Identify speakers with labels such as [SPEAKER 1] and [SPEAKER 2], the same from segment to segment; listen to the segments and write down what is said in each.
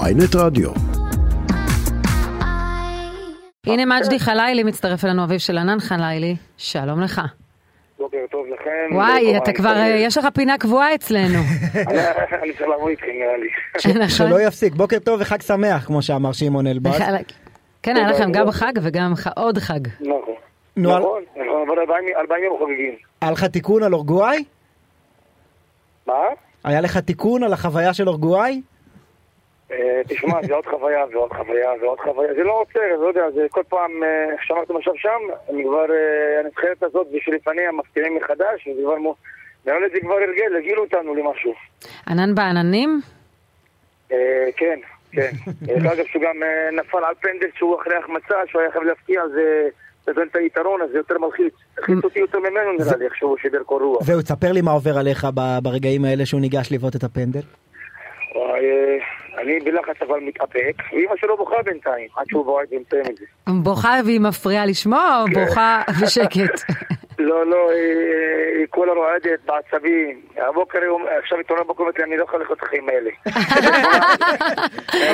[SPEAKER 1] ויינט רדיו.
[SPEAKER 2] הנה מג'די חלילי מצטרף אלינו, אביו של ענן חלילי, שלום לך.
[SPEAKER 3] בוקר טוב לכם.
[SPEAKER 2] וואי,
[SPEAKER 3] בוקר
[SPEAKER 2] אתה
[SPEAKER 3] טוב,
[SPEAKER 2] כבר, אה,
[SPEAKER 3] אני-
[SPEAKER 2] יש לך פינה קבועה אצלנו.
[SPEAKER 3] אני- אני צריך לעבור איתכם נראה לי.
[SPEAKER 2] נכון?
[SPEAKER 4] שלא יפסיק, בוקר טוב וחג שמח, כמו שאמר שמעון אלבז.
[SPEAKER 2] בחלק. כן, היה לכם גם חג וגם ח- עוד חג.
[SPEAKER 3] נכון.
[SPEAKER 4] נו, על-
[SPEAKER 3] נכון, נכון, אבל ארבעים ארבעים יום חוגגים.
[SPEAKER 4] היה לך תיקון על אורוגוואי?
[SPEAKER 3] מה?
[SPEAKER 4] היה לך תיקון על החוויה של אורוגוואי?
[SPEAKER 3] אה, תשמע, זה עוד חוויה ועוד חוויה ועוד חוויה. זה לא עוצר, לא יודע, זה כל פעם, אה, איך שאמרתם עכשיו שם, אני כבר, אה, הנבחרת הזאת ושלפניה מפתיעים מחדש, וזה כבר מו... נראה לי זה כבר הרגל, הרגילו אותנו למשהו.
[SPEAKER 2] ענן בעננים?
[SPEAKER 3] אה, כן, כן. דרך אגב, שהוא גם אה, נפל על פנדל שהוא אחרי החמצה, שהוא היה חייב להפקיע, זה... נותן את היתרון, אז זה יותר מלחיץ. הלחיץ אותי יותר ממנו נראה לי, איך שהוא שידר כל רוח.
[SPEAKER 4] זהו, תספר לי מה עובר עליך ב- ברגעים האלה שהוא ניגש לבעוט את הפנדל.
[SPEAKER 3] וואי, אה, אני בלחץ אבל מתאפק, ואימא שלו בוכה בינתיים, עד שהוא בועט ומסיים את זה.
[SPEAKER 2] בוכה והיא מפריעה לשמוע או
[SPEAKER 4] כן.
[SPEAKER 2] בוכה בשקט?
[SPEAKER 3] לא, לא, אה, אה, היא כולה רועדת בעצבים. הבוקר, היא אומ- עכשיו היא תורנה בוקר, אומרת לי, אני לא יכול לחיות את החיים האלה.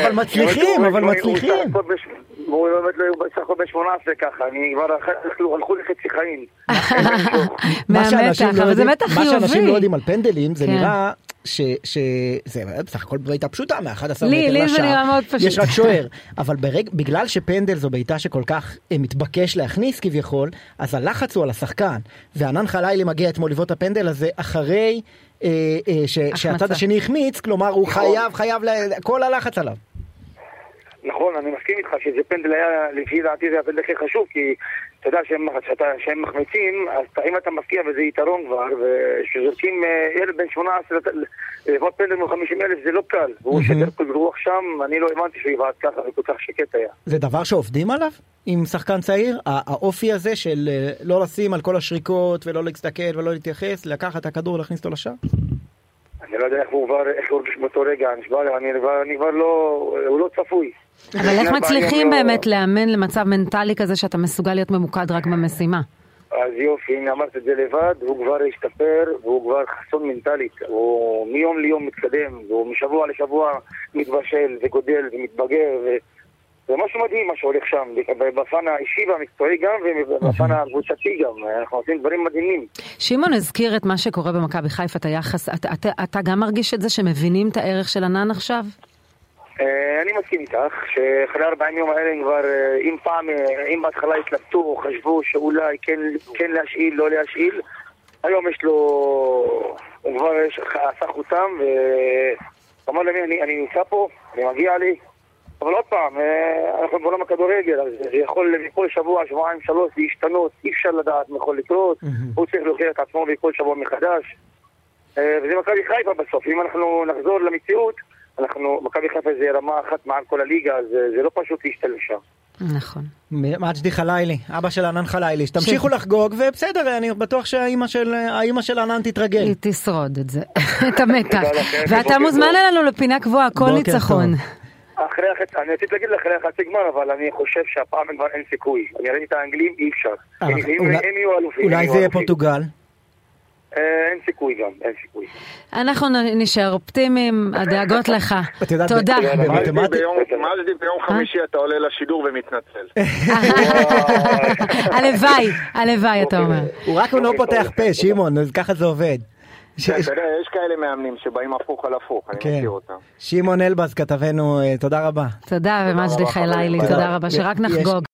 [SPEAKER 4] אבל מצליחים, אבל
[SPEAKER 3] כן, הוא- הוא- הוא
[SPEAKER 4] מצליחים.
[SPEAKER 3] סך הכל בש- הוא באמת לא הוא בסך הכל בן 18 ככה, אני כבר אחר כך הלכו לי חצי חיים.
[SPEAKER 4] מה
[SPEAKER 2] מהמתח,
[SPEAKER 4] שאנשים לא
[SPEAKER 2] אבל זה
[SPEAKER 4] יודעים-
[SPEAKER 2] מתח
[SPEAKER 4] מה שאנשים לא
[SPEAKER 2] חיובי.
[SPEAKER 4] יודעים על פנדלים, זה
[SPEAKER 2] כן.
[SPEAKER 4] נראה ש... ש- זה בסך הכל בעיטה פשוטה, מ-11 מטר לשער.
[SPEAKER 2] לי- לי זה נראה מאוד פשוט.
[SPEAKER 4] יש רק שוער. אבל ברג- בגלל שפנדל זו בעיטה שכל כך אה, מתבקש להכניס כביכול, אז הלחץ הוא על השחקן. וענן חלילי מגיע אתמול לבעוט הפנדל הזה אחרי אה, אה, ש- שהצד השני החמיץ, כלומר הוא חייב, חייב, ל- כל הלחץ עליו.
[SPEAKER 3] נכון, אני מסכים איתך שזה פנדל היה, לפי דעתי זה הפנדל הכי חשוב, כי אתה יודע שהם, שאתה- שהם מחמיצים, אז אתה- אם אתה מפקיע וזה יתרון כבר, וכשזורקים אה, ילד בן 18 לת- לבעוט פנדל מול 50 אלף זה לא קל, והוא שידר כל רוח שם, אני לא האמנתי שהוא יבעט ככה, זה כל כך שקט היה.
[SPEAKER 4] זה דבר שעובדים עליו עם שחקן צעיר? הא- האופי הזה של אה, לא לשים על כל השריקות ולא להסתכל ולא להתייחס, לקחת את הכדור ולהכניס אותו לשער?
[SPEAKER 3] אני לא יודע איך הוא כבר, איך הוא הרגיש באותו רגע, נשבע לי, אני כבר, אני כבר לא, הוא לא צפוי.
[SPEAKER 2] אבל איך
[SPEAKER 3] לפני
[SPEAKER 2] מצליחים
[SPEAKER 3] ארבעה ימים
[SPEAKER 2] באמת
[SPEAKER 3] לא-
[SPEAKER 2] לאמן למצב מנטלי כזה שאתה מסוגל להיות ממוקד רק במשימה?
[SPEAKER 3] אז יופי, הנה אמרת את זה לבד, הוא כבר השתפר, והוא כבר חסון מנטלית. הוא מיום ליום מתקדם, והוא משבוע לשבוע מתבשל וגודל ומתבגר, ו... זה משהו מדהים מה שהולך שם, בפן האישי והמקצועי גם, ובפן הקבוצתי גם, אנחנו עושים דברים מדהימים.
[SPEAKER 2] שמעון הזכיר את מה שקורה במכבי חיפה, את היחס, אתה, אתה, אתה גם מרגיש את זה שמבינים את הערך של ענן עכשיו?
[SPEAKER 3] אה, אני מסכים איתך, שאחרי 40 יום האלה הם כבר, אה, אם פעם, אה, אם בהתחלה התלבטו, חשבו שאולי כן, כן להשאיל, לא להשאיל, היום יש לו, הוא כבר יש- עשה חותם, ואמר לי, אני, אני נמצא פה, אני מגיע לי, אבל עוד פעם, אה, אנחנו בעולם הכדורגל, אז זה יכול מכל שבוע, שבועיים, שלוש, להשתנות, אי אפשר לדעת מה יכול לקרות, הוא צריך להוכיח את עצמו בכל שבוע מחדש. אה, וזה מכבי חיפה בסוף. אם אנחנו נחזור למציאות, אנחנו, מכבי חיפה זה רמה אחת מעל כל הליגה, אז אה, זה לא פשוט להשתלב שם.
[SPEAKER 2] נכון.
[SPEAKER 4] מ- מג'די חלילי, אבא של ענן חלילי, שתמשיכו לחגוג ובסדר, אני בטוח שהאימא של, האימא של ענן תתרגל.
[SPEAKER 2] היא תשרוד את זה, את המתח.
[SPEAKER 3] תודה לכם,
[SPEAKER 2] ואתה
[SPEAKER 3] ובוקר
[SPEAKER 2] מוזמן
[SPEAKER 3] טוב.
[SPEAKER 2] אלינו לפינה קבועה, כל
[SPEAKER 4] בוקר
[SPEAKER 2] ניצחון.
[SPEAKER 4] טוב.
[SPEAKER 3] אחרי החצי, אני רציתי להגיד אחרי החצי גמר, אבל אני חושב שהפעם כבר אין סיכוי. אני ראיתי את האנגלים, אי אפשר.
[SPEAKER 4] אה,
[SPEAKER 3] הם הם-
[SPEAKER 4] אולי-
[SPEAKER 3] הם יהיו אלופים. הם
[SPEAKER 4] אולי
[SPEAKER 3] יהיו
[SPEAKER 4] זה יהיה
[SPEAKER 3] אלופים.
[SPEAKER 4] פורטוגל.
[SPEAKER 3] אה, אין סיכוי גם, אין סיכוי.
[SPEAKER 4] אה,
[SPEAKER 2] אנחנו נ- נשאר אופטימיים, הדאגות לך.
[SPEAKER 4] את יודעת,
[SPEAKER 2] תודה.
[SPEAKER 4] אה, באמת.
[SPEAKER 5] מג'די
[SPEAKER 4] במתמטי-
[SPEAKER 5] ביום- מג'די ביום
[SPEAKER 2] אה?
[SPEAKER 5] חמישי אתה עולה לשידור ומתנצל.
[SPEAKER 4] אה,
[SPEAKER 2] הלוואי, הלוואי, אתה אומר.
[SPEAKER 3] אוקיי.
[SPEAKER 4] הוא רק לא פותח פה, שמעון, אז ככה זה עובד. ש-
[SPEAKER 5] אוקיי, אתה יודע, יש כאלה מאמנים שבאים הפוך על הפוך, אני
[SPEAKER 4] כן.
[SPEAKER 5] מכיר אותם.
[SPEAKER 4] שמעון אלבז כתבנו, אה, תודה רבה.
[SPEAKER 2] תודה, ומג'די
[SPEAKER 5] רבה, חברים.
[SPEAKER 2] חלילי, תודה רבה, שרק
[SPEAKER 4] יש-
[SPEAKER 2] נחגוג.